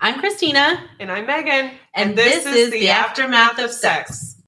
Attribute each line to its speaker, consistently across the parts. Speaker 1: I'm Christina,
Speaker 2: And I'm Megan.
Speaker 1: and, this, is, the aftermath of sex.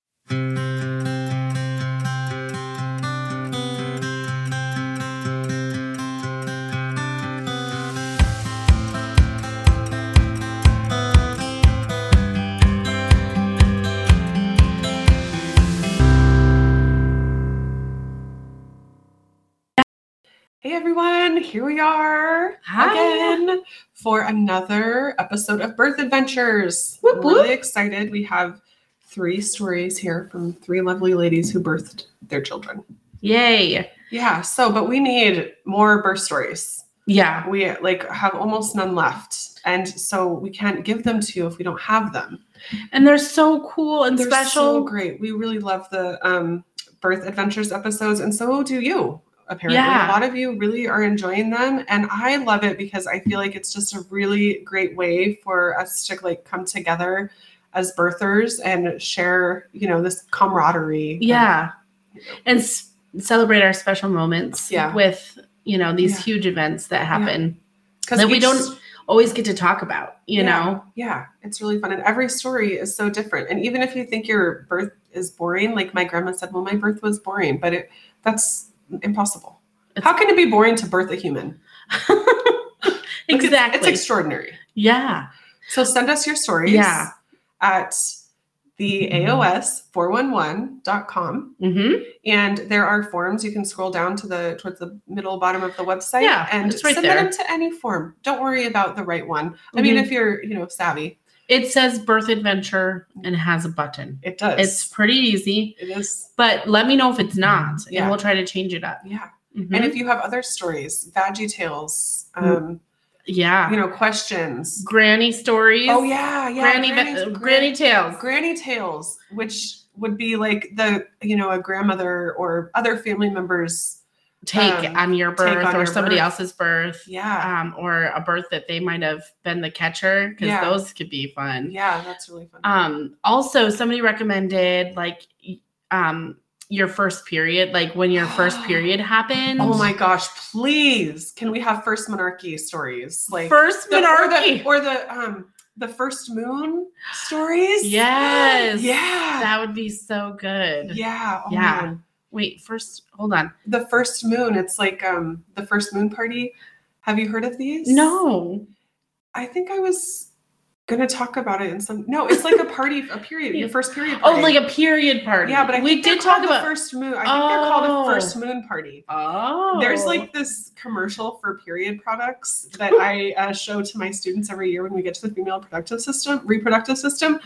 Speaker 2: Hey everyone, here we are
Speaker 1: Hi.
Speaker 2: again for another episode of Birth Adventures.
Speaker 1: Whoop,
Speaker 2: We're really
Speaker 1: whoop.
Speaker 2: excited. We have three stories here from three lovely ladies who birthed their children.
Speaker 1: Yay!
Speaker 2: Yeah, so but we need more birth stories.
Speaker 1: Yeah,
Speaker 2: We like have almost none left. And so we can't give them to you if we don't have them.
Speaker 1: and they're so cool and
Speaker 2: They're so
Speaker 1: special.
Speaker 2: great. We really love the um, birth adventures episodes, and so do you. Apparently,
Speaker 1: Yeah.
Speaker 2: a lot of you really are enjoying them, and I love it because I feel like it's just a really great way for us to like come together as birthers and share, you know, this camaraderie.
Speaker 1: yeah, and s- celebrate our special moments.
Speaker 2: Yeah.
Speaker 1: with you know these
Speaker 2: Yeah.
Speaker 1: huge events that happen
Speaker 2: because
Speaker 1: that we don't always get to talk about. You
Speaker 2: Yeah.
Speaker 1: know,
Speaker 2: Yeah, it's really fun, and every story is so different. And even if you think your birth is boring, like my grandma said, well, my birth was boring, but it that's impossible.
Speaker 1: It's-
Speaker 2: How can it be boring to birth a human? Like, it's-
Speaker 1: exactly.
Speaker 2: it's, extraordinary.
Speaker 1: yeah,
Speaker 2: So send us your stories
Speaker 1: Yeah.
Speaker 2: at the AOS411.com.
Speaker 1: hmm
Speaker 2: And there are forms. You can scroll down to the towards the middle bottom of the website
Speaker 1: Yeah,
Speaker 2: and
Speaker 1: it's right
Speaker 2: submit
Speaker 1: there.
Speaker 2: them to any form. Don't worry about the right one. I mean,
Speaker 1: Mhm.
Speaker 2: if you're, you know, savvy,
Speaker 1: it says birth adventure and has a button.
Speaker 2: it does.
Speaker 1: It's pretty easy,
Speaker 2: it is.
Speaker 1: but let me know if it's not,
Speaker 2: Yeah.
Speaker 1: and we'll try to change it up.
Speaker 2: Yeah.
Speaker 1: Mhm.
Speaker 2: And if you have other stories, veggie tales, um,
Speaker 1: Mm-hmm. yeah,
Speaker 2: you know, questions.
Speaker 1: granny stories.
Speaker 2: Oh yeah, yeah.
Speaker 1: granny,
Speaker 2: granny's-
Speaker 1: granny, granny tales.
Speaker 2: granny tales which would be like the you know a grandmother or other family members
Speaker 1: take
Speaker 2: um,
Speaker 1: on your
Speaker 2: take
Speaker 1: birth
Speaker 2: on
Speaker 1: or
Speaker 2: your
Speaker 1: somebody
Speaker 2: birth.
Speaker 1: else's birth
Speaker 2: yeah
Speaker 1: um, or a birth that they might have been the catcher because
Speaker 2: Yeah.
Speaker 1: those could be fun
Speaker 2: yeah that's really fun
Speaker 1: um, also somebody recommended like y- um, your first period like when your first period happened
Speaker 2: oh my gosh please can we have first monarchy stories like
Speaker 1: first
Speaker 2: the, or the
Speaker 1: monarchy
Speaker 2: or the um the first moon stories
Speaker 1: Yes.
Speaker 2: yeah
Speaker 1: that would be so good
Speaker 2: yeah oh,
Speaker 1: Yeah.
Speaker 2: man.
Speaker 1: wait first hold on
Speaker 2: the first moon it's like um the first moon party have you heard of these
Speaker 1: no
Speaker 2: i think i was gonna talk about it in some no it's like a party a period your first period
Speaker 1: oh
Speaker 2: party.
Speaker 1: like a period party
Speaker 2: Yeah, but I
Speaker 1: we
Speaker 2: think they're
Speaker 1: did talk
Speaker 2: called
Speaker 1: about
Speaker 2: the first moon. I think they're called
Speaker 1: Oh.
Speaker 2: the first moon party.
Speaker 1: oh
Speaker 2: There's like this commercial for period products that I uh, show to my students every year when we get to the female productive system, reproductive system,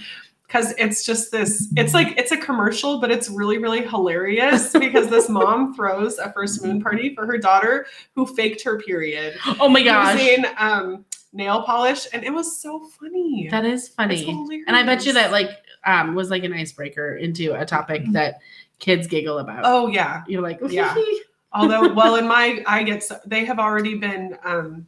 Speaker 2: because it's just this. It's like it's a commercial, but it's really really hilarious because this mom throws a first moon party for her daughter who faked her period
Speaker 1: oh my gosh
Speaker 2: using um, nail polish, and it was so funny.
Speaker 1: that is
Speaker 2: It's
Speaker 1: funny And I bet you that
Speaker 2: hilarious.
Speaker 1: like um was like an icebreaker into a topic that kids giggle about.
Speaker 2: Mm-hmm. oh yeah,
Speaker 1: You're like,
Speaker 2: Yeah. although well in my i get so, they have already been um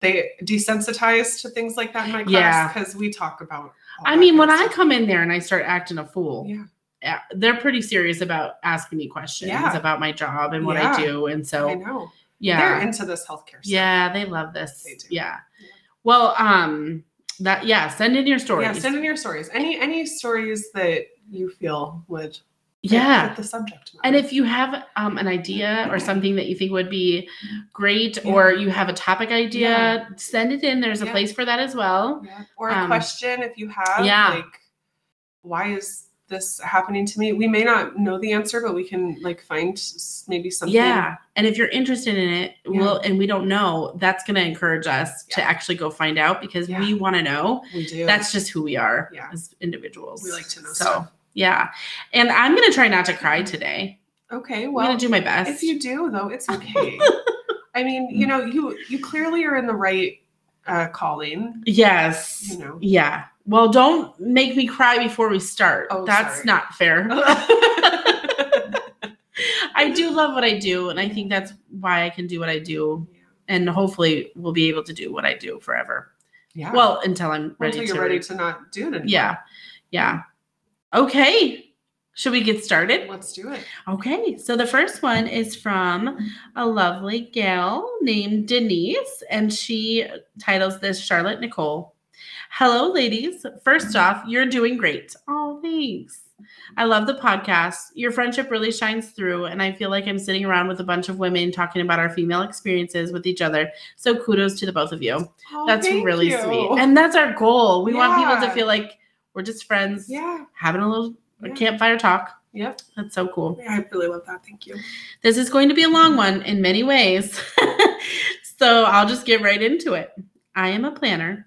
Speaker 2: they desensitized to things like that in my class
Speaker 1: Yeah.
Speaker 2: because we talk about all
Speaker 1: I
Speaker 2: that
Speaker 1: mean,
Speaker 2: kind
Speaker 1: when
Speaker 2: of
Speaker 1: I
Speaker 2: stuff.
Speaker 1: come in there and I start acting a fool,
Speaker 2: Yeah.
Speaker 1: yeah, they're pretty serious about asking me questions
Speaker 2: Yeah.
Speaker 1: about my job and what
Speaker 2: Yeah.
Speaker 1: I do. And
Speaker 2: i
Speaker 1: so
Speaker 2: know
Speaker 1: yeah.
Speaker 2: they're into this healthcare stuff.
Speaker 1: yeah, they love this.
Speaker 2: They do.
Speaker 1: Yeah.
Speaker 2: Yeah.
Speaker 1: Well, um that yeah, send in your stories.
Speaker 2: yeah send in your stories any any stories that you feel would fit-
Speaker 1: Yeah.
Speaker 2: fit the subject matter.
Speaker 1: And if you have um, an idea or something that you think would be great, or you have a topic idea,
Speaker 2: Yeah.
Speaker 1: send it in. There's a
Speaker 2: Yeah.
Speaker 1: place for that as well.
Speaker 2: Oh, Yeah. or a
Speaker 1: um,
Speaker 2: question if you have
Speaker 1: yeah.
Speaker 2: like why is this happening to me we may not know the answer but we can like find s- maybe something
Speaker 1: Yeah. And if you're interested in it,
Speaker 2: Yeah.
Speaker 1: we'll, and we don't know, that's going to encourage us to
Speaker 2: Yeah.
Speaker 1: actually go find out because
Speaker 2: Yeah.
Speaker 1: we want to know.
Speaker 2: we do
Speaker 1: That's just who we are
Speaker 2: Yeah.
Speaker 1: as individuals.
Speaker 2: We like to know
Speaker 1: So,
Speaker 2: stuff.
Speaker 1: yeah. And I'm going to try not to cry today.
Speaker 2: okay
Speaker 1: I'm
Speaker 2: well
Speaker 1: going to do my best.
Speaker 2: If you do, though, it's okay. I mean, you know, you you clearly are in the right uh, calling.
Speaker 1: yes.
Speaker 2: You know.
Speaker 1: Yeah. Well, don't make me cry before we start.
Speaker 2: Oh,
Speaker 1: that's
Speaker 2: sorry.
Speaker 1: not fair. I do love what I do, and I think that's why I can do what I do, and hopefully we'll be able to do what I do forever.
Speaker 2: Yeah.
Speaker 1: Well, until I'm ready
Speaker 2: until
Speaker 1: to.
Speaker 2: you're ready to not do it anymore.
Speaker 1: yeah, yeah. Okay, should we get started?
Speaker 2: Let's do it.
Speaker 1: Okay, so the first one is from a lovely gal named Denise, and she titles this Charlotte Nicole. Hello, ladies. First off, you're doing great. Oh, thanks. I love the podcast. Your friendship really shines through, and I feel like I'm sitting around with a bunch of women talking about our female experiences with each other. So kudos to the both of you.
Speaker 2: Oh,
Speaker 1: That's
Speaker 2: thank
Speaker 1: really
Speaker 2: you.
Speaker 1: sweet. And that's our goal. We want people
Speaker 2: Yeah.
Speaker 1: to feel like we're just friends
Speaker 2: yeah.
Speaker 1: having a little a
Speaker 2: Yeah.
Speaker 1: campfire talk.
Speaker 2: Yep.
Speaker 1: That's so cool.
Speaker 2: Yeah, I really love that. Thank you.
Speaker 1: This is going to be a long one in many ways. so I'll just get right into it. I am a planner.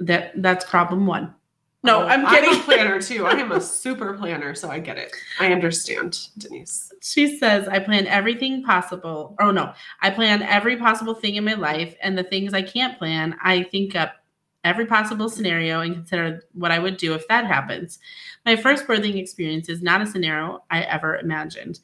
Speaker 1: That that's problem 1. No,
Speaker 2: Oh,
Speaker 1: I'm kidding.
Speaker 2: a planner too. I am a super planner, so I get it. I understand, Denise.
Speaker 1: She says, I plan everything possible. Oh, no. I plan every possible thing in my life. And the things I can't plan, I think up every possible scenario and consider what I would do if that happens. My first birthing experience is not a scenario I ever imagined.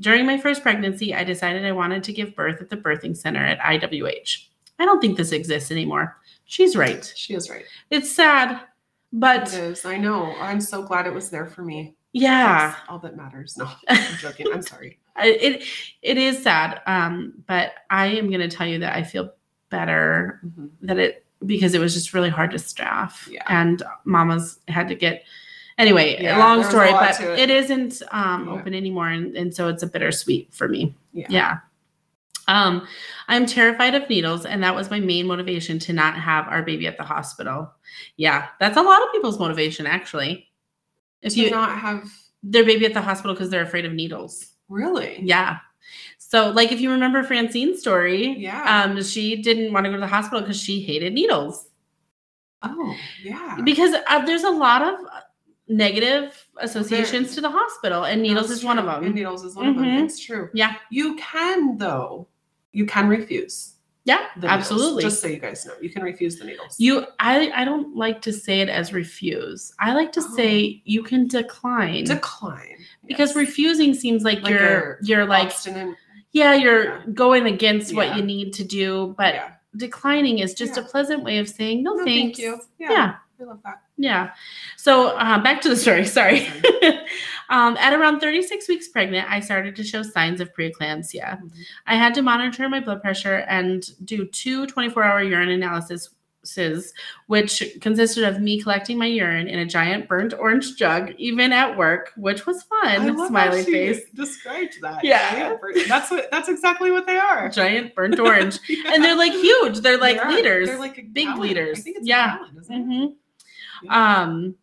Speaker 1: During my first pregnancy, I decided I wanted to give birth at the birthing center at IWH. I don't think this exists anymore. She's right.
Speaker 2: She is right.
Speaker 1: It's sad, but
Speaker 2: It is. I know. I'm so glad it was there for me.
Speaker 1: yeah.
Speaker 2: That's all that matters. No, I'm joking. I'm sorry.
Speaker 1: I- it it is sad um but i am going to tell you that i feel better
Speaker 2: Mhm.
Speaker 1: that it because it was just really hard to staff
Speaker 2: Yeah.
Speaker 1: and mamas had to get anyway
Speaker 2: Yeah, there
Speaker 1: long
Speaker 2: was a
Speaker 1: story
Speaker 2: lot
Speaker 1: but
Speaker 2: to it.
Speaker 1: it isn't um
Speaker 2: Yeah.
Speaker 1: open anymore and, and so it's a bittersweet for me
Speaker 2: Yeah.
Speaker 1: yeah um i'm terrified of needles and that was my main motivation to not have our baby at the hospital yeah that's a lot of people's motivation actually if
Speaker 2: Do you
Speaker 1: you
Speaker 2: not have
Speaker 1: their baby at the hospital because they're afraid of needles
Speaker 2: really?
Speaker 1: yeah. So, like, if you remember Francine's story,
Speaker 2: Yeah.
Speaker 1: um, she didn't want to go to the hospital because she hated needles.
Speaker 2: Oh, yeah.
Speaker 1: Because uh, there's a lot of uh, negative associations to the hospital, and needles
Speaker 2: That's
Speaker 1: is one of
Speaker 2: true. And
Speaker 1: them.
Speaker 2: needles is one of
Speaker 1: Mhm.
Speaker 2: them. It's true.
Speaker 1: Yeah.
Speaker 2: You can though. You can refuse.
Speaker 1: Yeah,
Speaker 2: the needles,
Speaker 1: absolutely.
Speaker 2: Just so you guys know, you can refuse the needles.
Speaker 1: You, I, I don't like to say it as refuse. I like to
Speaker 2: Oh.
Speaker 1: say you can decline
Speaker 2: decline
Speaker 1: because
Speaker 2: Yes.
Speaker 1: refusing seems like,
Speaker 2: Like
Speaker 1: you're, you're like,
Speaker 2: Obstinate.
Speaker 1: yeah, you're
Speaker 2: Yeah.
Speaker 1: going against
Speaker 2: Yeah.
Speaker 1: what you need to do, but
Speaker 2: yeah.
Speaker 1: declining is just a
Speaker 2: Yeah.
Speaker 1: pleasant way of saying no,
Speaker 2: No,
Speaker 1: thanks.
Speaker 2: thank you. Yeah,
Speaker 1: yeah.
Speaker 2: I love that.
Speaker 1: Yeah. So uh, back to the story. Sorry. um, at around 36 weeks pregnant, I started to show signs of preeclampsia.
Speaker 2: Mhm.
Speaker 1: I had to monitor my blood pressure and do two 24 hour urine analysis. Which consisted of me collecting my urine in a giant burnt orange jug, even at work, which was
Speaker 2: I
Speaker 1: fun.
Speaker 2: love how
Speaker 1: Smiley
Speaker 2: she
Speaker 1: face,
Speaker 2: Described that.
Speaker 1: Yeah.
Speaker 2: Bert- that's what. That's exactly what they are.
Speaker 1: giant burnt orange,
Speaker 2: Yeah.
Speaker 1: and they're like huge. They're like
Speaker 2: They are.
Speaker 1: leaders.
Speaker 2: They're like a
Speaker 1: big
Speaker 2: gallon.
Speaker 1: leaders.
Speaker 2: I think it's a
Speaker 1: Yeah.
Speaker 2: gallon, isn't it?
Speaker 1: hmm
Speaker 2: Yeah.
Speaker 1: Um,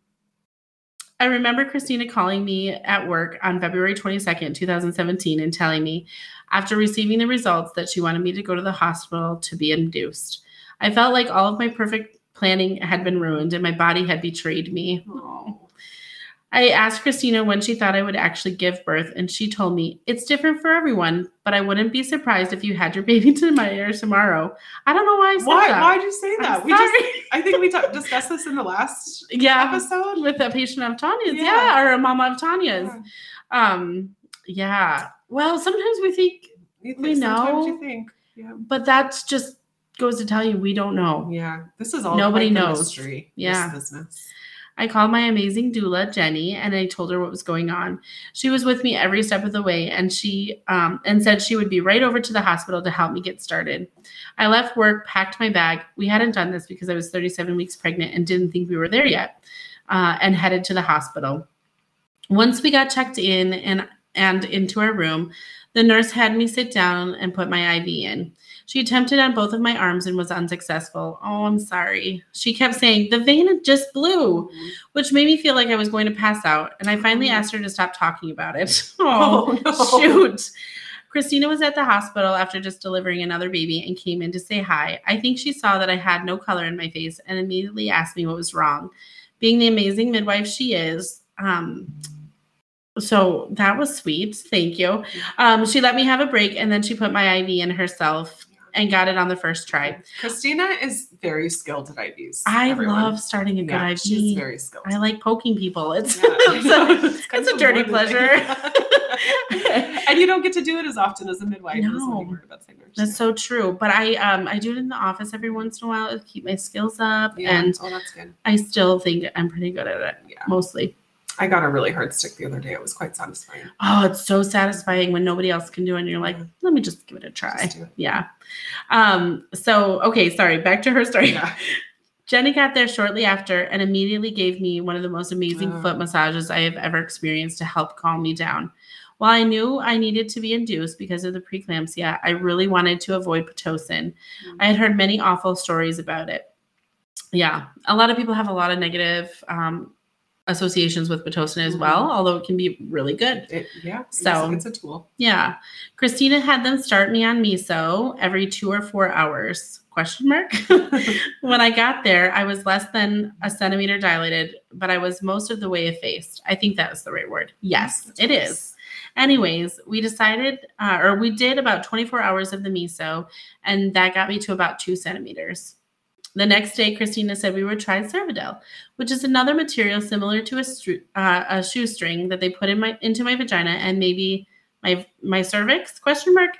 Speaker 1: I remember Christina calling me at work on February 22nd, 2017, and telling me after receiving the results that she wanted me to go to the hospital to be induced. I felt like all of my perfect planning had been ruined and my body had betrayed me.
Speaker 2: Oh.
Speaker 1: I asked Christina when she thought I would actually give birth, and she told me, It's different for everyone, but I wouldn't be surprised if you had your baby to my air tomorrow. I don't know why I said
Speaker 2: Why?
Speaker 1: that.
Speaker 2: Why'd you say
Speaker 1: I'm
Speaker 2: that? We just.
Speaker 1: sorry.
Speaker 2: I think we talked discussed this in the last
Speaker 1: yeah.
Speaker 2: episode.
Speaker 1: with a patient of Tanya's,
Speaker 2: Yeah.
Speaker 1: yeah, or a mama of Tanya's.
Speaker 2: Yeah.
Speaker 1: Um, yeah. Well, sometimes we think,
Speaker 2: You think,
Speaker 1: We
Speaker 2: Sometimes
Speaker 1: know.
Speaker 2: you think. Yeah.
Speaker 1: but that's just goes to tell you we don't know.
Speaker 2: Yeah. This is all
Speaker 1: Nobody
Speaker 2: quite the
Speaker 1: knows.
Speaker 2: Mystery, this
Speaker 1: Yeah.
Speaker 2: business.
Speaker 1: I called my amazing doula Jenny, and I told her what was going on. She was with me every step of the way, and she um, and said she would be right over to the hospital to help me get started. I left work, packed my bag. We hadn't done this because I was 37 weeks pregnant and didn't think we were there yet, uh, and headed to the hospital. Once we got checked in and and into our room, the nurse had me sit down and put my IV in. She attempted on both of my arms and was unsuccessful. Oh, I'm sorry. She kept saying, The vein just blew which made me feel like I was going to pass out. And I finally asked her to stop talking about it. Oh,
Speaker 2: Mm-hmm. Oh, no.
Speaker 1: shoot. Christina was at the hospital after just delivering another baby and came in to say hi. I think she saw that I had no color in my face and immediately asked me what was wrong. Being the amazing midwife she is, um, so that was sweet. Thank you.
Speaker 2: Mm-hmm.
Speaker 1: Um, she let me have a break and then she put my IV in herself and got it on the first try.
Speaker 2: Christina is very skilled at IVs.
Speaker 1: I
Speaker 2: everyone.
Speaker 1: love starting a good
Speaker 2: Yeah,
Speaker 1: IV.
Speaker 2: She's very skilled.
Speaker 1: I like poking people. It's,
Speaker 2: Yeah.
Speaker 1: it's a-
Speaker 2: kind
Speaker 1: it's
Speaker 2: of
Speaker 1: a dirty
Speaker 2: morbid thing. and you don't get to do it as often as a midwife. is
Speaker 1: No.
Speaker 2: when you work about same nurse.
Speaker 1: that's so true. But I um I do it in the office every once in a while to keep my skills up,
Speaker 2: yeah.
Speaker 1: and
Speaker 2: oh, that's good.
Speaker 1: I still think I'm pretty good at it
Speaker 2: Yeah,
Speaker 1: mostly.
Speaker 2: I got a really hard stick the other day. It was quite satisfying.
Speaker 1: Oh, it's so satisfying when nobody else can do it, and you're like,
Speaker 2: Yeah.
Speaker 1: let me just give it a try.
Speaker 2: Just do it.
Speaker 1: Yeah. Um. So okay, sorry. Back to her story.
Speaker 2: Yeah.
Speaker 1: Jenny got there shortly after and immediately gave me one of the most amazing
Speaker 2: Oh.
Speaker 1: foot massages I have ever experienced to help calm me down. While I knew I needed to be induced because of the preeclampsia, I really wanted to avoid Pitocin. I had heard many awful stories about it. Yeah, a lot of people have a lot of negative um, associations with Pitocin as well, although it can be really good.
Speaker 2: It- yeah. it's-
Speaker 1: So-
Speaker 2: it's a tool.
Speaker 1: Yeah. Christina had them start me on miso every two or four hours. Question mark. when I got there, I was less than a centimeter dilated, but I was most of the way effaced. I think that was the right word. Yes, it is. Anyways, we decided, uh, or we did about 24 hours of the miso, and that got me to about two centimeters. The next day, Christina said we would try Cervidil, which is another material similar to a, stru- uh, a shoestring that they put in my into my vagina and maybe my my cervix question mark.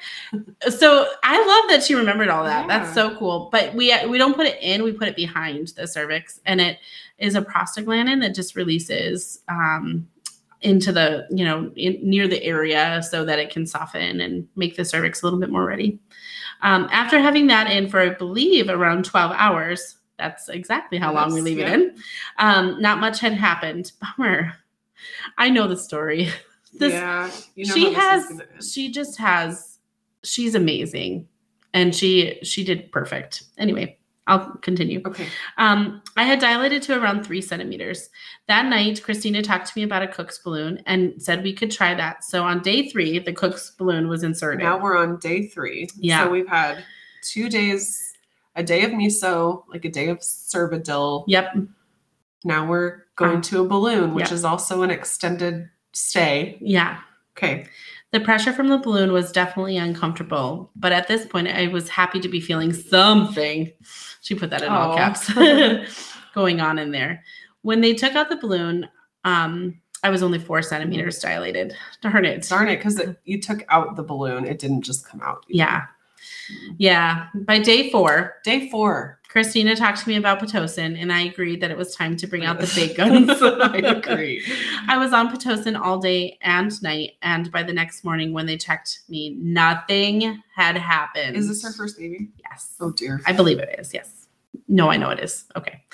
Speaker 1: so I love that she remembered all that.
Speaker 2: Yeah.
Speaker 1: That's so cool. But we we don't put it in; we put it behind the cervix, and it is a prostaglandin that just releases um, into the you know in, near the area so that it can soften and make the cervix a little bit more ready um, after having that in for i believe around 12 hours that's exactly how long we
Speaker 2: Yes,
Speaker 1: leave
Speaker 2: yeah.
Speaker 1: it in um, not much had happened bummer i know the story This-
Speaker 2: yeah. You know
Speaker 1: she
Speaker 2: how this
Speaker 1: has
Speaker 2: is gonna end.
Speaker 1: she just has she's amazing and she she did perfect anyway i'll continue
Speaker 2: Okay.
Speaker 1: um, I had dilated to around three centimeters. That night, Christina talked to me about a Cook's balloon and said we could try that. So on day three, the Cook's balloon was inserted.
Speaker 2: Now we're on day three.
Speaker 1: Yeah.
Speaker 2: So we've had two days, a day of miso, like a day of cervidil.
Speaker 1: yep.
Speaker 2: Now we're going
Speaker 1: Um,
Speaker 2: to a balloon, which
Speaker 1: yeah.
Speaker 2: is also an extended stay.
Speaker 1: Yeah.
Speaker 2: Okay.
Speaker 1: The pressure from the balloon was definitely uncomfortable, but at this point, I was happy to be feeling something. She put that in all
Speaker 2: Aw.
Speaker 1: caps going on in there. When they took out the balloon, um, I was only four centimeters dilated. Darn it.
Speaker 2: Darn it, because you took out the balloon. It didn't just come out.
Speaker 1: Yeah. Yeah. By day four,
Speaker 2: Day four.
Speaker 1: Christina talked to me about Pitocin, and I agreed that it was time to bring out the big guns.
Speaker 2: I agree.
Speaker 1: I was on Pitocin all day and night, and by the next morning when they checked me, nothing had happened.
Speaker 2: Is this her first baby?
Speaker 1: Yes.
Speaker 2: Oh dear.
Speaker 1: I believe it is. Yes. No, I know it is. Okay.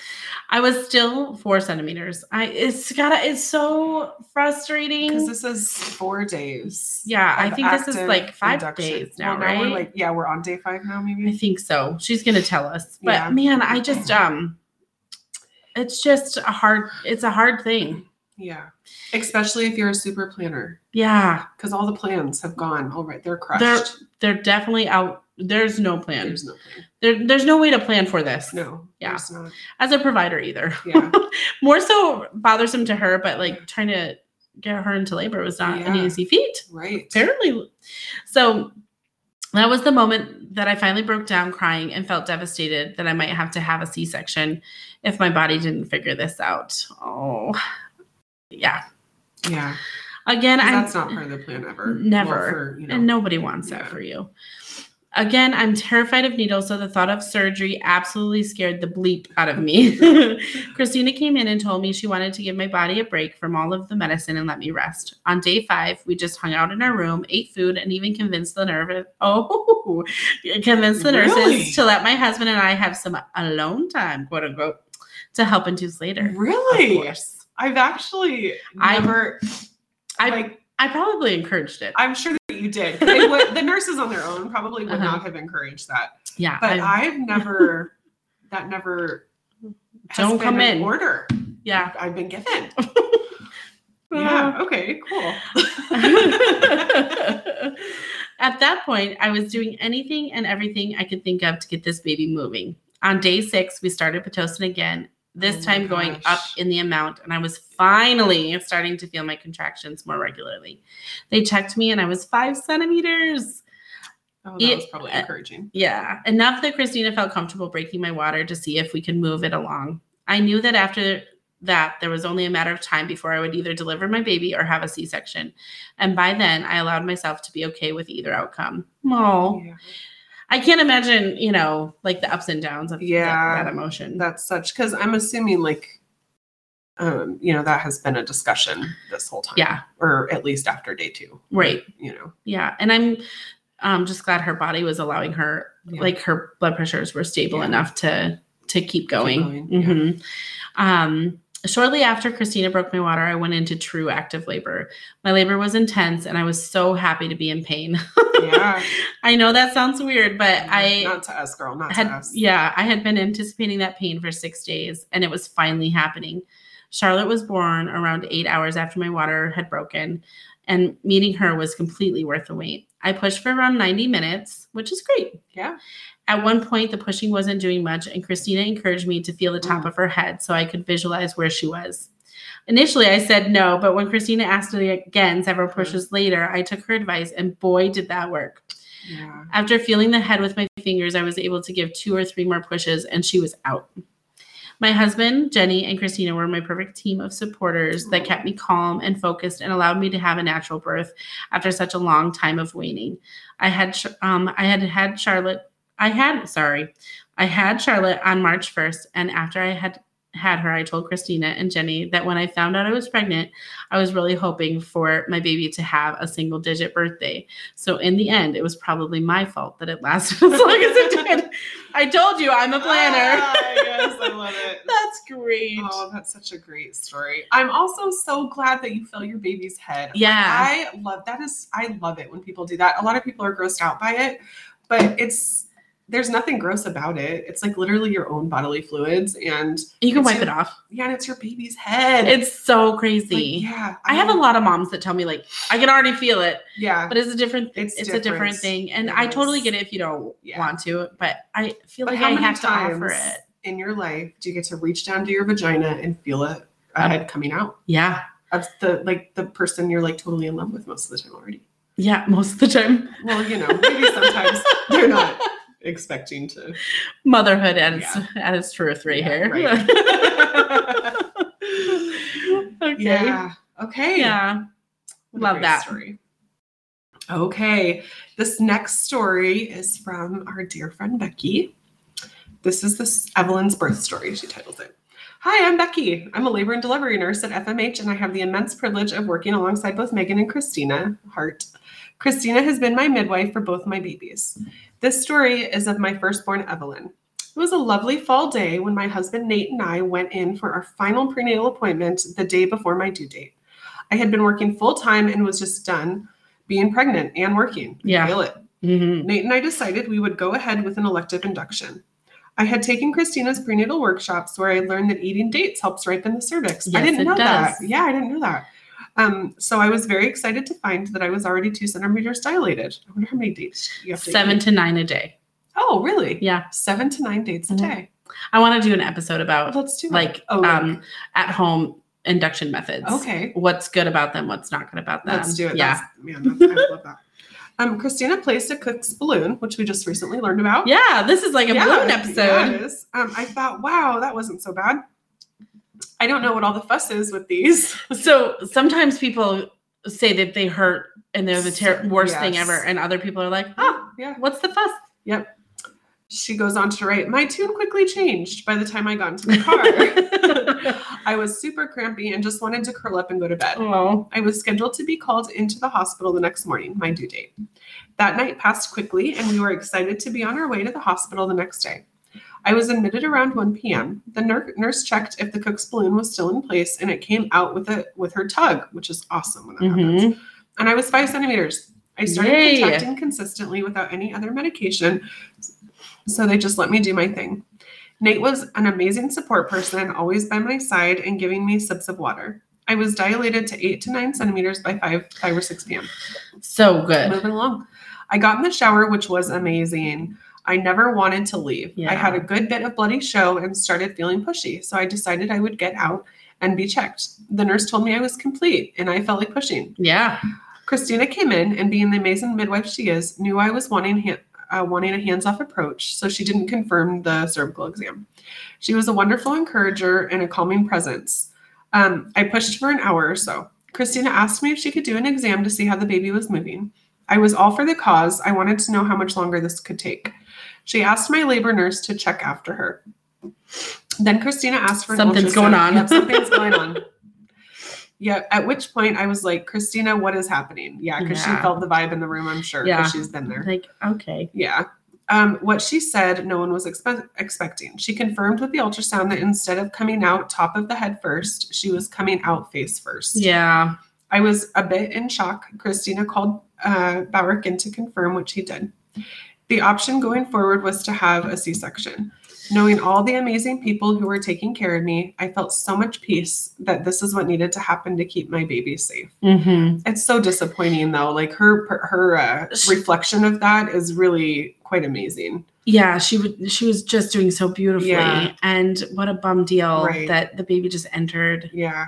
Speaker 1: I was still four centimeters. I it's gotta it's so
Speaker 2: Because
Speaker 1: frustrating.
Speaker 2: this is four days.
Speaker 1: yeah, I
Speaker 2: of
Speaker 1: think this is
Speaker 2: active
Speaker 1: like five
Speaker 2: induction.
Speaker 1: days now,
Speaker 2: Well,
Speaker 1: right?
Speaker 2: We're like, yeah, we're on day five now, maybe.
Speaker 1: I think so. She's gonna tell us. But
Speaker 2: Yeah.
Speaker 1: man, I just um it's just a hard it's a hard thing.
Speaker 2: Yeah. Especially if you're a super planner,
Speaker 1: Yeah.
Speaker 2: because all the plans have gone. All right, they're crushed.
Speaker 1: They're they're definitely out there's no plan.
Speaker 2: There's no plan.
Speaker 1: There, there's no way to plan for this.
Speaker 2: No.
Speaker 1: Yeah.
Speaker 2: There's not.
Speaker 1: As a provider either.
Speaker 2: Yeah.
Speaker 1: More so bothersome to her, but like trying to get her into labor was not an
Speaker 2: Yeah.
Speaker 1: easy feat.
Speaker 2: right.
Speaker 1: Apparently. So that was the moment that I finally broke down crying and felt devastated that I might have to have a C section if my body didn't figure this out. Oh, yeah.
Speaker 2: Yeah. 'cause
Speaker 1: Again, I'm,
Speaker 2: that's not part of the plan ever.
Speaker 1: Never.
Speaker 2: Well, for, you know,
Speaker 1: and nobody wants that
Speaker 2: Yeah.
Speaker 1: for you. Again, I'm terrified of needles, so the thought of surgery absolutely scared the bleep out of me. Christina came in and told me she wanted to give my body a break from all of the medicine and let me rest. On day five, we just hung out in our room, ate food, and even convinced the nerve oh convinced the nurses
Speaker 2: Really?
Speaker 1: to let my husband and I have some alone time, quote unquote, to help induce later. Of
Speaker 2: Really?
Speaker 1: course.
Speaker 2: I've actually
Speaker 1: I-
Speaker 2: never.
Speaker 1: I
Speaker 2: like,
Speaker 1: I probably encouraged it.
Speaker 2: I'm sure that you did. They would, the nurses on their own probably would
Speaker 1: Uh-huh.
Speaker 2: not have encouraged that.
Speaker 1: yeah.
Speaker 2: But
Speaker 1: I,
Speaker 2: I've never. That never. has
Speaker 1: Don't
Speaker 2: been
Speaker 1: come
Speaker 2: an
Speaker 1: in.
Speaker 2: Order
Speaker 1: yeah.
Speaker 2: I've been given. yeah. Okay. Cool. Oh,
Speaker 1: At that point, I was doing anything and everything I could think of to get this baby moving. On day six, we started Pitocin again, this
Speaker 2: Oh my
Speaker 1: time going up
Speaker 2: gosh.
Speaker 1: in the amount, and I was finally starting to feel my contractions more regularly. They checked me, and I was five centimeters.
Speaker 2: Oh,
Speaker 1: Yeah. uh,
Speaker 2: that was probably encouraging.
Speaker 1: Yeah, enough that Christina felt comfortable breaking my water to see if we could move it along. I knew that after that, there was only a matter of time before I would either deliver my baby or have a C section. And by then, I allowed myself to be okay with either outcome. Oh,
Speaker 2: Yeah.
Speaker 1: I can't imagine, you know, like the ups and downs of that-
Speaker 2: Yeah.
Speaker 1: that, emotion.
Speaker 2: That's such because I'm assuming like um, you know, that has been a discussion this whole time.
Speaker 1: Yeah.
Speaker 2: Or at least after day two.
Speaker 1: right.
Speaker 2: You know.
Speaker 1: Yeah. And I'm um, just glad her body was allowing her,
Speaker 2: Yeah.
Speaker 1: like her blood pressures were stable
Speaker 2: Yeah.
Speaker 1: enough to to keep going.
Speaker 2: going, yeah.
Speaker 1: Mhm. Um, shortly after Christina broke my water, I went into true active labor. My labor was intense, and I was so happy to be in pain.
Speaker 2: yeah.
Speaker 1: I know that sounds weird,
Speaker 2: Oh
Speaker 1: but I
Speaker 2: not to us, girl, not
Speaker 1: had
Speaker 2: to us.
Speaker 1: yeah i had been anticipating that pain for six days and it was finally happening charlotte was born around eight hours after my water had broken and meeting her was completely worth the wait i pushed for around 90 minutes which is great
Speaker 2: Yeah.
Speaker 1: at one point the pushing wasn't doing much and christina encouraged me to feel the top
Speaker 2: Mm.
Speaker 1: of her head so i could visualize where she was initially i said no but when christina asked again several
Speaker 2: Mhm.
Speaker 1: pushes later i took her advice and boy did that work
Speaker 2: Yeah.
Speaker 1: after feeling the head with my fingers, I was able to give two or three more pushes and she was out. My husband, Jenny, and Christina were my perfect team of supporters that kept me calm and focused and allowed me to have a natural birth after such a long time of waiting. I had Sh- um I had had Charlotte I had sorry. I had Charlotte on March 1st and after I had had her, I told Christina and Jenny that when I found out I was pregnant, I was really hoping for my baby to have a single digit birthday. So in the end, it was probably my fault that it lasted as long as it did. I told you I'm a planner.
Speaker 2: Ah, yes, I love it.
Speaker 1: That's great.
Speaker 2: Oh, that's such a great story. I'm also so glad that you fill your baby's head.
Speaker 1: Yeah.
Speaker 2: I love that is I love it when people do that. A lot of people are grossed out by it, but it's there's nothing gross about it. It's like literally your own bodily fluids and
Speaker 1: You can
Speaker 2: It's
Speaker 1: wipe
Speaker 2: your-
Speaker 1: it off.
Speaker 2: yeah, and it's your baby's head.
Speaker 1: It's so
Speaker 2: Like,
Speaker 1: crazy.
Speaker 2: yeah.
Speaker 1: I have a
Speaker 2: mean,
Speaker 1: lot of moms that tell me like I can already feel it,
Speaker 2: yeah.
Speaker 1: but it's a different it's,
Speaker 2: It's
Speaker 1: a different
Speaker 2: different.
Speaker 1: thing. And
Speaker 2: It
Speaker 1: I totally
Speaker 2: is.
Speaker 1: get it if you don't
Speaker 2: Yeah.
Speaker 1: want to, but I feel
Speaker 2: But
Speaker 1: like
Speaker 2: how
Speaker 1: I
Speaker 2: many
Speaker 1: have to offer
Speaker 2: times
Speaker 1: it.
Speaker 2: in your life do you get to reach down to your vagina and feel it a
Speaker 1: Um,
Speaker 2: head coming out?
Speaker 1: Yeah.
Speaker 2: That's the like the person you're like totally in love with most of the time already.
Speaker 1: Yeah, most of the time.
Speaker 2: Well, you know, maybe sometimes they're not expecting to.
Speaker 1: Motherhood at its at its truth right here.
Speaker 2: Yeah,
Speaker 1: okay. Yeah.
Speaker 2: Yeah. Okay. What a
Speaker 1: love
Speaker 2: great
Speaker 1: that.
Speaker 2: story. Okay. This next story is from our dear friend Becky. This is this Evelyn's birth story, she titles it. Hi, I'm Becky. I'm a labor and delivery nurse at FMH, and I have the immense privilege of working alongside both Megan and Christina Hart. Christina has been my midwife for both my babies. This story is of my firstborn, Evelyn. It was a lovely fall day when my husband Nate and I went in for our final prenatal appointment the day before my due date. I had been working full time and was just done being pregnant and working.
Speaker 1: Yeah.
Speaker 2: Feel it.
Speaker 1: Mhm.
Speaker 2: Nate and I decided we would go ahead with an elective induction. I had taken Christina's prenatal workshops where I learned that eating dates helps ripen the cervix.
Speaker 1: Yes,
Speaker 2: I didn't
Speaker 1: it
Speaker 2: know that.
Speaker 1: does.
Speaker 2: Yeah, I didn't know that. Um, so I was very excited to find that I was already two centimeters dilated. I wonder how many dates you have to
Speaker 1: Seven
Speaker 2: eat.
Speaker 1: to nine a day.
Speaker 2: Oh, really?
Speaker 1: Yeah.
Speaker 2: Seven to nine dates a
Speaker 1: Mhm.
Speaker 2: day.
Speaker 1: I want to do an episode about
Speaker 2: Let's do it.
Speaker 1: like
Speaker 2: oh, yeah.
Speaker 1: um at home induction methods.
Speaker 2: okay.
Speaker 1: What's good about them, what's not good about them.
Speaker 2: Let's do it.
Speaker 1: um, Yeah.
Speaker 2: That's, man, that's, I would love that. Um, Christina placed a cook's balloon, which we just recently learned about.
Speaker 1: Yeah, this is like a
Speaker 2: Yeah,
Speaker 1: balloon
Speaker 2: yeah,
Speaker 1: episode.
Speaker 2: it is. Um, I thought, wow, that wasn't so bad. I don't know what all the fuss is with these.
Speaker 1: So sometimes people say that they hurt and they're the ter- worst thing
Speaker 2: Yes.
Speaker 1: ever, and other people are like, "Oh,
Speaker 2: Ah, yeah.
Speaker 1: what's the fuss?"
Speaker 2: She goes on to write, my tune quickly changed by the time I got into the car. I was super crampy and just wanted to curl up and go to bed.
Speaker 1: Oh,
Speaker 2: I was scheduled to be called into the hospital the next morning, my due date. That night passed quickly, and we were excited to be on our way to the hospital the next day. I was admitted around 1 p.m. The nur- nurse checked if the cook's balloon was still in place, and it came out with a with her tug, which is awesome when that happens.
Speaker 1: Mhm.
Speaker 2: And I was five centimeters. I started
Speaker 1: Yay.
Speaker 2: contracting consistently without any other medication, so they just let me do my thing. Nate was an amazing support person, always by my side and giving me sips of water. I was dilated to eight to nine centimeters by five, five or six p.m.
Speaker 1: so good.
Speaker 2: Moving along. I got in the shower, which was amazing. I never wanted to leave.
Speaker 1: Yeah.
Speaker 2: I had a good bit of bloody show and started feeling pushy. So I decided I would get out and be checked. The nurse told me I was complete and I felt like pushing.
Speaker 1: Yeah,
Speaker 2: Christina came in and being the amazing midwife she is, knew I was wanting hand, uh, wanting a hands-off approach, so she didn't confirm the cervical exam. She was a wonderful encourager and a calming presence. Um, I pushed for an hour or so. Christina asked me if she could do an exam to see how the baby was moving. I was all for the cause. I wanted to know how much longer this could take. She asked my labor nurse to check after her. Then Christina asked for an
Speaker 1: Something's
Speaker 2: ultrasound.
Speaker 1: going on.
Speaker 2: Yep, something's going on. Yeah, at which point I was like, Christina, what is happening? Yeah, because
Speaker 1: Yeah.
Speaker 2: she felt the vibe in the room, I'm sure,
Speaker 1: Yeah.
Speaker 2: because she's been there.
Speaker 1: like okay,
Speaker 2: Yeah. Um, what she said, no one was expe- expecting. She confirmed with the ultrasound that instead of coming out top of the head first, she was coming out face first.
Speaker 1: Yeah.
Speaker 2: I was a bit in shock. Christina called uh, Bauerk in to confirm, which he did. The option going forward was to have a C section. Knowing all the amazing people who were taking care of me, I felt so much peace that this is what needed to happen to keep my baby safe.
Speaker 1: Mm-hmm.
Speaker 2: It's so disappointing though. Like her her uh, reflection of that is really quite amazing.
Speaker 1: Yeah, she would. She was just doing so beautifully,
Speaker 2: Yeah.
Speaker 1: and what a bum deal
Speaker 2: Right.
Speaker 1: that the baby just entered.
Speaker 2: Yeah,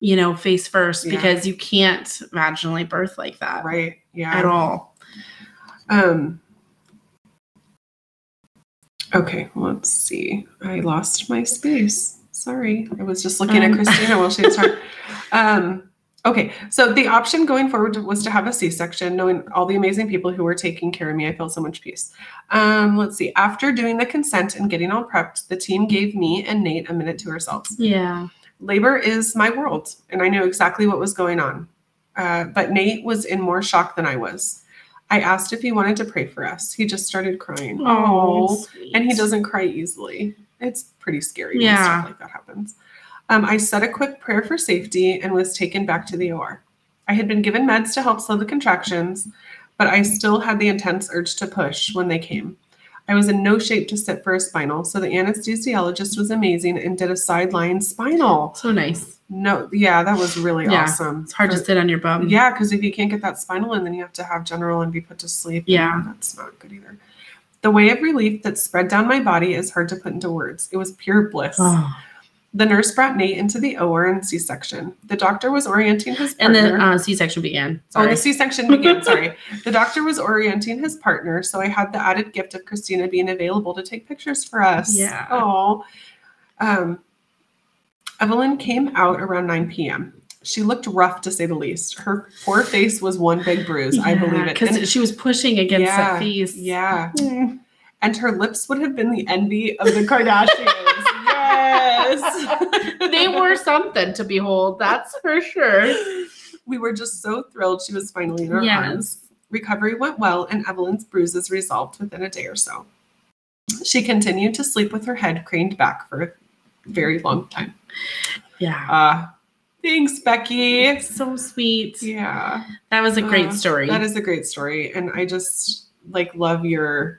Speaker 1: You know, face first
Speaker 2: Yeah.
Speaker 1: because you can't vaginally birth like that
Speaker 2: right. Yeah.
Speaker 1: at all.
Speaker 2: Um. Okay, let's see. I lost my space. Sorry, I was just looking
Speaker 1: Um.
Speaker 2: at Christina while she was talking. Um, okay, so the option going forward was to have a C-section. Knowing all the amazing people who were taking care of me, I felt so much peace. Um, let's see. After doing the consent and getting all prepped, the team gave me and Nate a minute to ourselves
Speaker 1: Yeah.
Speaker 2: labor is my world and i knew exactly what was going on uh, but nate was in more shock than i was i asked if he wanted to pray for us he just started crying oh
Speaker 1: sweet.
Speaker 2: and he doesn't cry easily it's pretty scary when
Speaker 1: Yeah.
Speaker 2: stuff like that happens um, i said a quick prayer for safety and was taken back to the or i had been given meds to help slow the contractions but i still had the intense urge to push when they came I was in no shape to sit for a spinal, so the anesthesiologist was amazing and did a sideline spinal.
Speaker 1: So nice.
Speaker 2: No, yeah, that was really
Speaker 1: Yeah,
Speaker 2: awesome.
Speaker 1: It's hard to
Speaker 2: For-
Speaker 1: sit on your bum.
Speaker 2: Yeah, because if you can't get that spinal in, then you have to have general and be put to sleep. and
Speaker 1: Yeah.
Speaker 2: that's not good either. The way of relief that spread down my body is hard to put into words. It was pure bliss.
Speaker 1: Oh.
Speaker 2: The nurse brought Nate into the OR and C-section. The doctor was orienting his
Speaker 1: And
Speaker 2: partner.
Speaker 1: then uh, C-section began.
Speaker 2: Oh,
Speaker 1: Sorry.
Speaker 2: the C-section began. Sorry, the doctor was orienting his partner, so I had the added gift of Christina being available to take pictures for us.
Speaker 1: Yeah.
Speaker 2: Oh. Um, Evelyn came out around 9 p.m. She looked rough to say the least. Her poor face was one big bruise. I believe it. And-
Speaker 1: Because she was pushing against
Speaker 2: Yeah,
Speaker 1: that face.
Speaker 2: yeah,
Speaker 1: Mm.
Speaker 2: and her lips would have been the envy of the Kardashians. yes,
Speaker 1: they were something to behold, that's for sure.
Speaker 2: We were just so thrilled she was finally in our
Speaker 1: Yes.
Speaker 2: arms. Recovery went well, and Evelyn's bruises resolved within a day or so. She continued to sleep with her head craned back for a very long time.
Speaker 1: Yeah.
Speaker 2: Uh, thanks, Becky.
Speaker 1: So sweet.
Speaker 2: Yeah,
Speaker 1: That was a great
Speaker 2: Uh,
Speaker 1: story.
Speaker 2: that is a great story, and I just like love your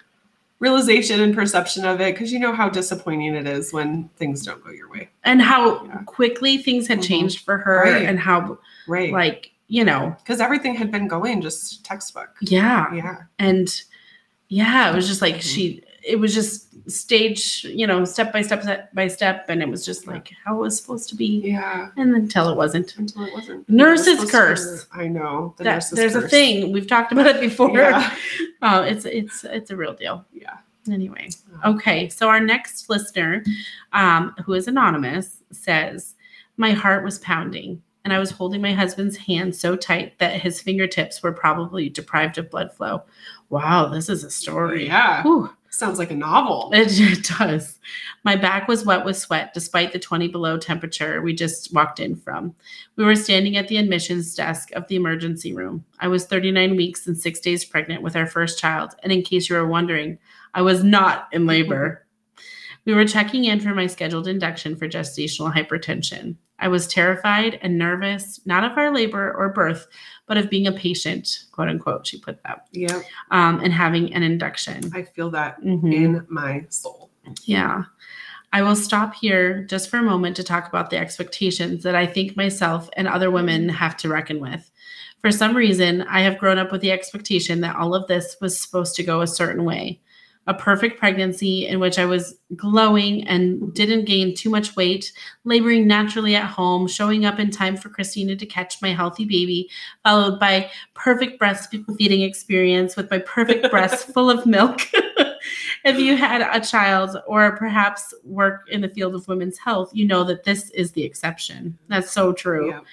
Speaker 2: realization and perception of it because you know how disappointing it is when things don't go your way.
Speaker 1: and how
Speaker 2: Yeah.
Speaker 1: quickly things had
Speaker 2: Mhm.
Speaker 1: changed for her
Speaker 2: Right.
Speaker 1: and how
Speaker 2: Right?
Speaker 1: like, you know,
Speaker 2: because everything had been going just textbook.
Speaker 1: yeah.
Speaker 2: Yeah.
Speaker 1: And yeah, it was just like
Speaker 2: Mhm.
Speaker 1: she it was just stage, you know, step by step step by step and it was just
Speaker 2: Yeah.
Speaker 1: like how it was supposed to be
Speaker 2: Yeah.
Speaker 1: and until it wasn't.
Speaker 2: until it wasn't.
Speaker 1: Nurse's
Speaker 2: It was supposed
Speaker 1: curse.
Speaker 2: to- I know. The
Speaker 1: That-
Speaker 2: nurse's
Speaker 1: there's a
Speaker 2: curse.
Speaker 1: thing. We've talked about it before.
Speaker 2: Yeah.
Speaker 1: Uh, it's it's it's a real deal.
Speaker 2: yeah. Uh-huh.
Speaker 1: Anyway, okay. So our next listener, um, who is anonymous, says, "My heart was pounding, and I was holding my husband's hand so tight that his fingertips were probably deprived of blood flow." Wow, this is a story.
Speaker 2: Yeah.
Speaker 1: Whew.
Speaker 2: Sounds like a novel.
Speaker 1: It sure does. My back was wet with sweat despite the 20 below temperature we just walked in from. We were standing at the admissions desk of the emergency room. I was 39 weeks and six days pregnant with our first child. And in case you were wondering, I was not in labor. We were checking in for my scheduled induction for gestational hypertension. I was terrified and nervous, not of our labor or birth, but of being a patient, quote unquote, she put that,
Speaker 2: Yep.
Speaker 1: um, and having an induction.
Speaker 2: I feel that
Speaker 1: Mhm.
Speaker 2: in my soul.
Speaker 1: Yeah. I will stop here just for a moment to talk about the expectations that I think myself and other women have to reckon with. For some reason, I have grown up with the expectation that all of this was supposed to go a certain way. A perfect pregnancy in which I was glowing and didn't gain too much weight, laboring naturally at home, showing up in time for Christina to catch my healthy baby, followed by perfect breastfeeding experience with my perfect breasts full of milk. if you had a child or perhaps work in the field of women's health, you know that this is the exception. That's so true
Speaker 2: Yep.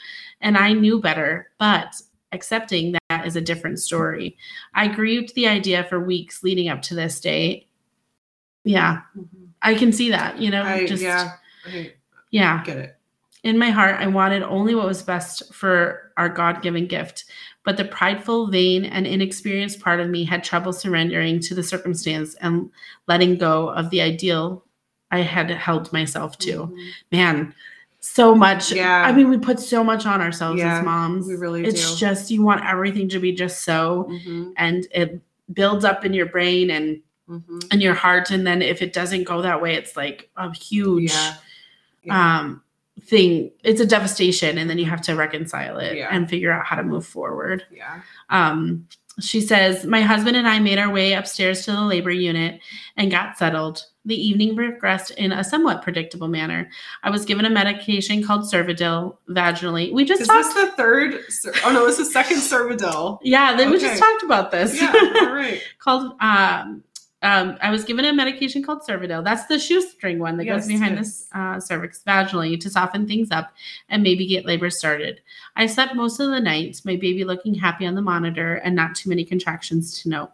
Speaker 1: and I knew better, but accepting that is a different story. I grieved the idea for weeks leading up to this day. Yeah,
Speaker 2: Mhm.
Speaker 1: I can see that, you know,
Speaker 2: I,
Speaker 1: just yeah.
Speaker 2: yeah. I get it.
Speaker 1: In my heart, I wanted only what was best for our God given gift, but the prideful, vain, and inexperienced part of me had trouble surrendering to the circumstance and letting go of the ideal I had held myself to. Man, so much.
Speaker 2: Mm. Yeah.
Speaker 1: I mean, we put so much on ourselves
Speaker 2: Yeah,
Speaker 1: as moms.
Speaker 2: we really
Speaker 1: it's
Speaker 2: do.
Speaker 1: just you want everything to be just so,
Speaker 2: Mhm,
Speaker 1: and it builds up in your brain and
Speaker 2: mhm.
Speaker 1: in your heart, and then if it doesn't go that way, it's like a huge
Speaker 2: Yeah.
Speaker 1: um thing it's a devastation and then you have to reconcile it
Speaker 2: Yeah.
Speaker 1: and figure out how to move forward
Speaker 2: Yeah.
Speaker 1: um she says my husband and i made our way upstairs to the labor unit and got settled the evening progressed in a somewhat predictable manner i was given a medication called cervidil vaginally we just
Speaker 2: Is
Speaker 1: talked
Speaker 2: this the third? cer- Oh no, this is second cervidil.
Speaker 1: yeah then we just
Speaker 2: Okay.
Speaker 1: talked about this
Speaker 2: Yeah. All right.
Speaker 1: called um um, I was given a medication called Cervidil. That's the shoestring one that goes
Speaker 2: Yes,
Speaker 1: behind
Speaker 2: yes.
Speaker 1: this uh, cervix vaginally to soften things up and maybe get labor started. I slept most of the night, my baby looking happy on the monitor and not too many contractions to note.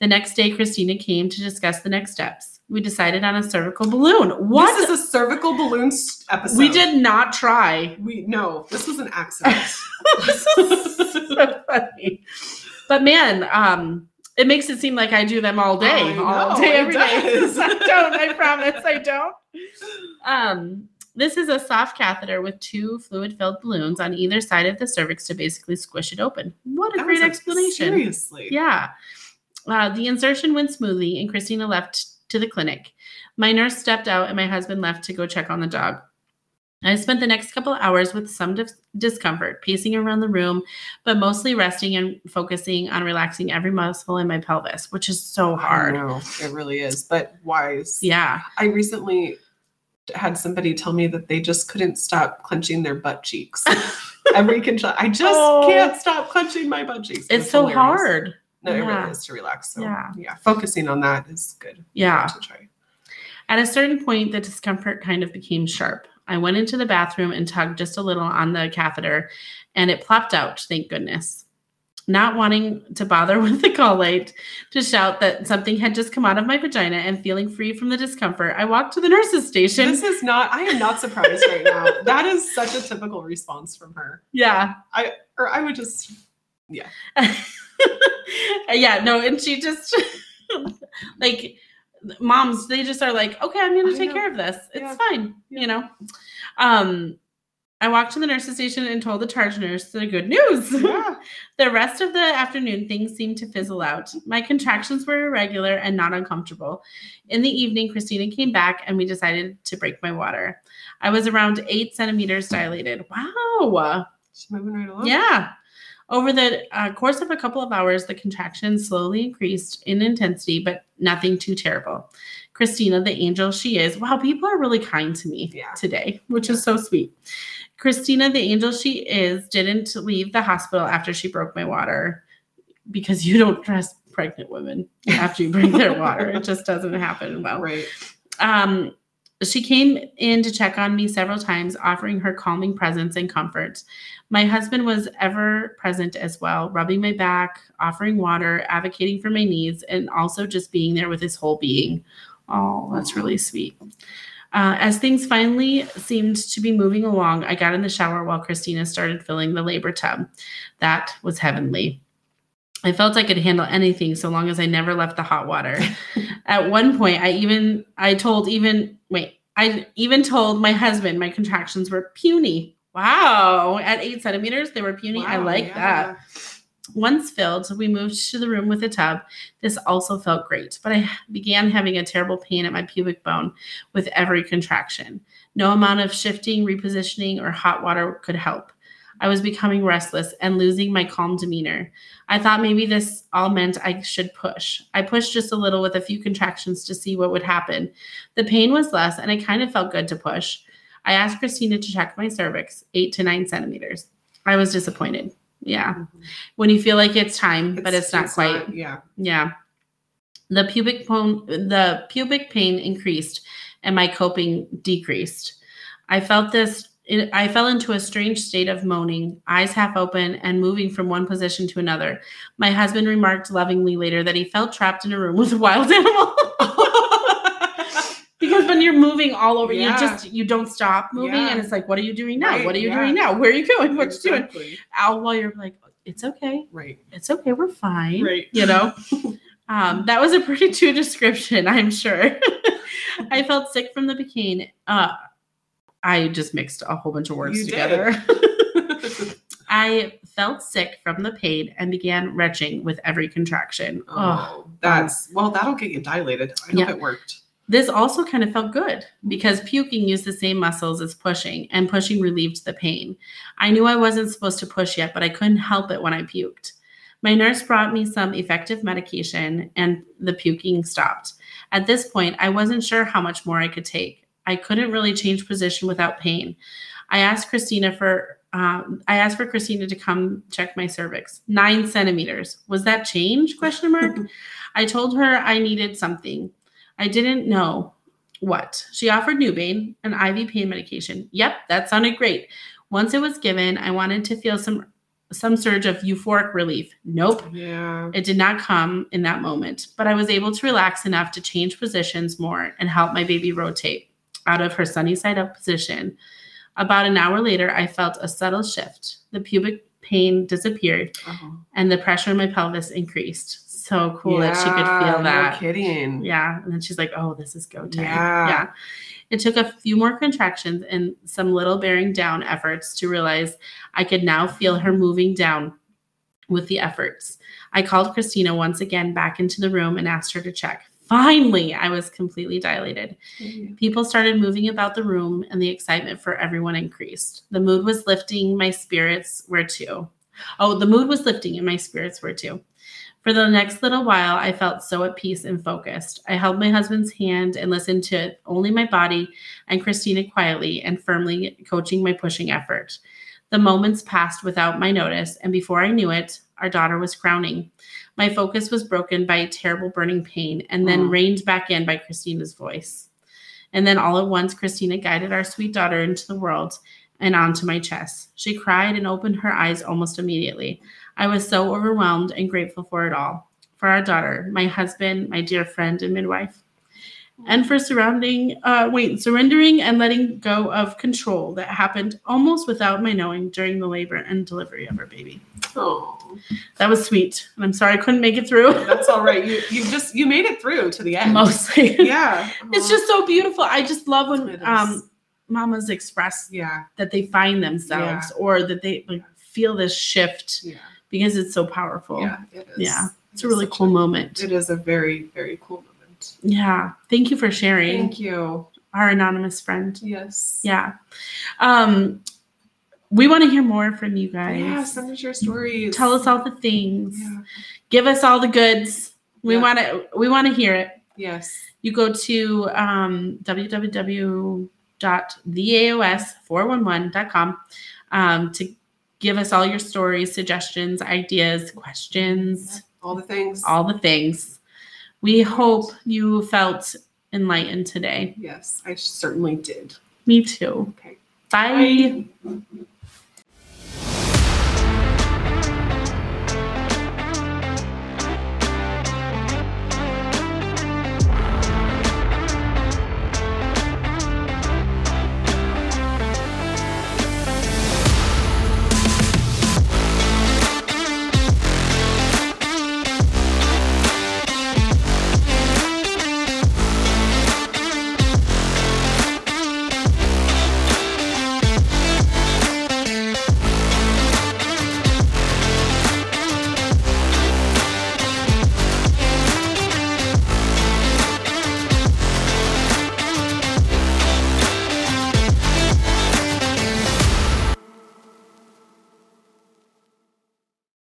Speaker 1: The next day, Christina came to discuss the next steps. We decided on a cervical balloon. What?
Speaker 2: This is a cervical balloon s- episode.
Speaker 1: we did not try.
Speaker 2: We no. This was an accident.
Speaker 1: so funny. But man, um, it makes it seem like I do them all day,
Speaker 2: I
Speaker 1: all
Speaker 2: know,
Speaker 1: day,
Speaker 2: it
Speaker 1: every day.
Speaker 2: does.
Speaker 1: I don't. I promise, I don't. Um, this is a soft catheter with two fluid-filled balloons on either side of the cervix to basically squish it open. What a
Speaker 2: That was
Speaker 1: great
Speaker 2: a-
Speaker 1: explanation!
Speaker 2: Seriously.
Speaker 1: Yeah. Uh, the insertion went smoothly, and Christina left to the clinic. My nurse stepped out, and my husband left to go check on the dog. I spent the next couple hours with some dis- discomfort, pacing around the room, but mostly resting and focusing on relaxing every muscle in my pelvis, which is so
Speaker 2: I
Speaker 1: hard.
Speaker 2: know, it really is, but wise.
Speaker 1: Yeah.
Speaker 2: I recently had somebody tell me that they just couldn't stop clenching their butt cheeks. Every contract, I just
Speaker 1: Oh.
Speaker 2: can't stop clenching my butt cheeks.
Speaker 1: It's so
Speaker 2: hilarious.
Speaker 1: hard.
Speaker 2: No, it
Speaker 1: Yeah.
Speaker 2: really is to relax. So
Speaker 1: Yeah.
Speaker 2: yeah, focusing on that is good.
Speaker 1: Yeah.
Speaker 2: to try.
Speaker 1: At a certain point, the discomfort kind of became sharp. I went into the bathroom and tugged just a little on the catheter, and it plopped out, thank goodness. Not wanting to bother with the call light to shout that something had just come out of my vagina and feeling free from the discomfort, I walked to the nurse's station.
Speaker 2: This is not. I am not surprised right now. That is such a typical response from her.
Speaker 1: yeah.
Speaker 2: Or I would just.
Speaker 1: yeah, no, and she just like moms, they just are like, okay, I'm gonna
Speaker 2: I
Speaker 1: take
Speaker 2: know.
Speaker 1: care of this. It's
Speaker 2: Yeah.
Speaker 1: fine, you
Speaker 2: Yeah.
Speaker 1: know. Um I walked to the nurse's station and told the charge nurse the good news.
Speaker 2: Yeah.
Speaker 1: The rest of the afternoon, things seemed to fizzle out. My contractions were irregular and not uncomfortable. In the evening, Christina came back and we decided to break my water. I was around eight centimeters dilated. Wow.
Speaker 2: She's moving right along.
Speaker 1: Yeah. Over the uh, course of a couple of hours, the contractions slowly increased in intensity, but nothing too terrible. Christina, the angel she is, wow, people are really kind to me
Speaker 2: Yeah.
Speaker 1: today, which is so sweet. Christina, the angel she is, didn't leave the hospital after she broke my water because you don't trust pregnant women after you break their water. It just doesn't happen well
Speaker 2: Right.
Speaker 1: um, she came in to check on me several times, offering her calming presence and comfort. My husband was ever present as well, rubbing my back, offering water, advocating for my needs, and also just being there with his whole being. Oh, that's really sweet. Uh, as things finally seemed to be moving along, I got in the shower while Christina started filling the labor tub. That was heavenly. I felt I could handle anything so long as I never left the hot water. At one point, I even I told even wait, I even told my husband my contractions were puny. Wow, at eight centimeters, they were puny. I
Speaker 2: Wow,
Speaker 1: like that.
Speaker 2: yeah.
Speaker 1: Once filled, we moved to the room with a tub. This also felt great, but I began having a terrible pain at my pubic bone with every contraction. No amount of shifting, repositioning, or hot water could help. I was becoming restless and losing my calm demeanor. I thought maybe this all meant I should push. I pushed just a little with a few contractions to see what would happen. The pain was less, and it kind of felt good to push. I asked Christina to check my cervix, eight to nine centimeters. I was disappointed. Yeah
Speaker 2: Mhm.
Speaker 1: when you feel like it's time, but Mm-hmm. it's not quite.
Speaker 2: yeah.
Speaker 1: Yeah. The pubic bone, the pubic pain increased, and my coping decreased. I felt this. it- I fell into a strange state of moaning, eyes half open, and moving from one position to another. My husband remarked lovingly later that he felt trapped in a room with a wild animal. because when you're moving all over,
Speaker 2: Yeah.
Speaker 1: you just you don't stop moving,
Speaker 2: Yeah.
Speaker 1: and it's like, what are you doing now?
Speaker 2: Right,
Speaker 1: what are you
Speaker 2: yeah.
Speaker 1: doing now? Where are you going? What you doing?
Speaker 2: exactly.
Speaker 1: Out while you're like, it's okay,
Speaker 2: Right.
Speaker 1: it's okay, we're fine.
Speaker 2: Right.
Speaker 1: You know. Um, that was a pretty true description, I'm sure. I felt sick from the bikini. Uh, I just mixed a whole bunch of words
Speaker 2: You did.
Speaker 1: together. I felt sick from the pain and began retching with every contraction. Ugh.
Speaker 2: oh, that's well. That'll get you dilated. I hope
Speaker 1: um, Yeah.
Speaker 2: it worked.
Speaker 1: This also kind of felt good because puking used the same muscles as pushing, and pushing relieved the pain. I knew I wasn't supposed to push yet, but I couldn't help it when I puked. My nurse brought me some effective medication, and the puking stopped. At this point, I wasn't sure how much more I could take. I couldn't really change position without pain. I asked Christina for um, I asked for Christina to come check my cervix. Nine centimeters. Was that change? Question mark. I told her I needed something. I didn't know what. She offered Nubane, an IV pain medication. Yep, that sounded great. Once it was given, I wanted to feel some some surge of euphoric relief. Nope.
Speaker 2: Yeah.
Speaker 1: It did not come in that moment, but I was able to relax enough to change positions more and help my baby rotate out of her sunny side up position. About an hour later, I felt a subtle shift. The pubic pain disappeared
Speaker 2: Oh.
Speaker 1: and the pressure in my pelvis increased. So cool that she could
Speaker 2: Yeah,
Speaker 1: feel that.
Speaker 2: No kidding.
Speaker 1: Yeah. And then she's like, oh, this is go time.
Speaker 2: Yeah.
Speaker 1: yeah. It took a few more contractions and some little bearing down efforts to realize I could now feel her moving down with the efforts. I called Christina once again back into the room and asked her to check. Finally, I was completely dilated. People started moving about the room and the excitement for everyone increased. The mood was lifting, my spirits were too. Oh, the mood was lifting and my spirits were too. For the next little while, I felt so at peace and focused. I held my husband's hand and listened to only my body and Christina quietly and firmly coaching my pushing effort. The moments passed without my notice, and before I knew it, our daughter was crowning. My focus was broken by a terrible burning pain and then
Speaker 2: Mm.
Speaker 1: reined back in by Christina's voice. And then all at once, Christina guided our sweet daughter into the world and onto my chest. She cried and opened her eyes almost immediately. I was so overwhelmed and grateful for it all for our daughter, my husband, my dear friend, and midwife and for surrounding uh wait surrendering and letting go of control that happened almost without my knowing during the labor and delivery of our baby
Speaker 2: Oh,
Speaker 1: that was sweet and i'm sorry i couldn't make it through
Speaker 2: that's all right. You you just you made it through to the end.
Speaker 1: mostly
Speaker 2: Yeah.
Speaker 1: it's just so beautiful i just love
Speaker 2: It
Speaker 1: when
Speaker 2: is.
Speaker 1: um mamas express
Speaker 2: yeah.
Speaker 1: that they find themselves or that they like feel this shift
Speaker 2: Yeah.
Speaker 1: because it's so powerful
Speaker 2: Yeah. It is.
Speaker 1: Yeah. it's
Speaker 2: It
Speaker 1: a
Speaker 2: is
Speaker 1: really
Speaker 2: such
Speaker 1: cool moment
Speaker 2: It is a very very cool moment.
Speaker 1: yeah thank you for sharing
Speaker 2: Thank you.
Speaker 1: our anonymous friend
Speaker 2: Yes.
Speaker 1: yeah um we want to hear more from you guys
Speaker 2: Yeah. Send us your stories.
Speaker 1: tell us all the things
Speaker 2: Yeah.
Speaker 1: give us all the goods we
Speaker 2: Yeah.
Speaker 1: want to we want to hear it
Speaker 2: Yes.
Speaker 1: you go to um, www.theaos411.com um, to give us all your stories suggestions ideas questions
Speaker 2: All the things.
Speaker 1: all the things we hope you felt enlightened today
Speaker 2: Yes, I certainly did.
Speaker 1: me too
Speaker 2: Okay.
Speaker 1: bye.
Speaker 2: Bye.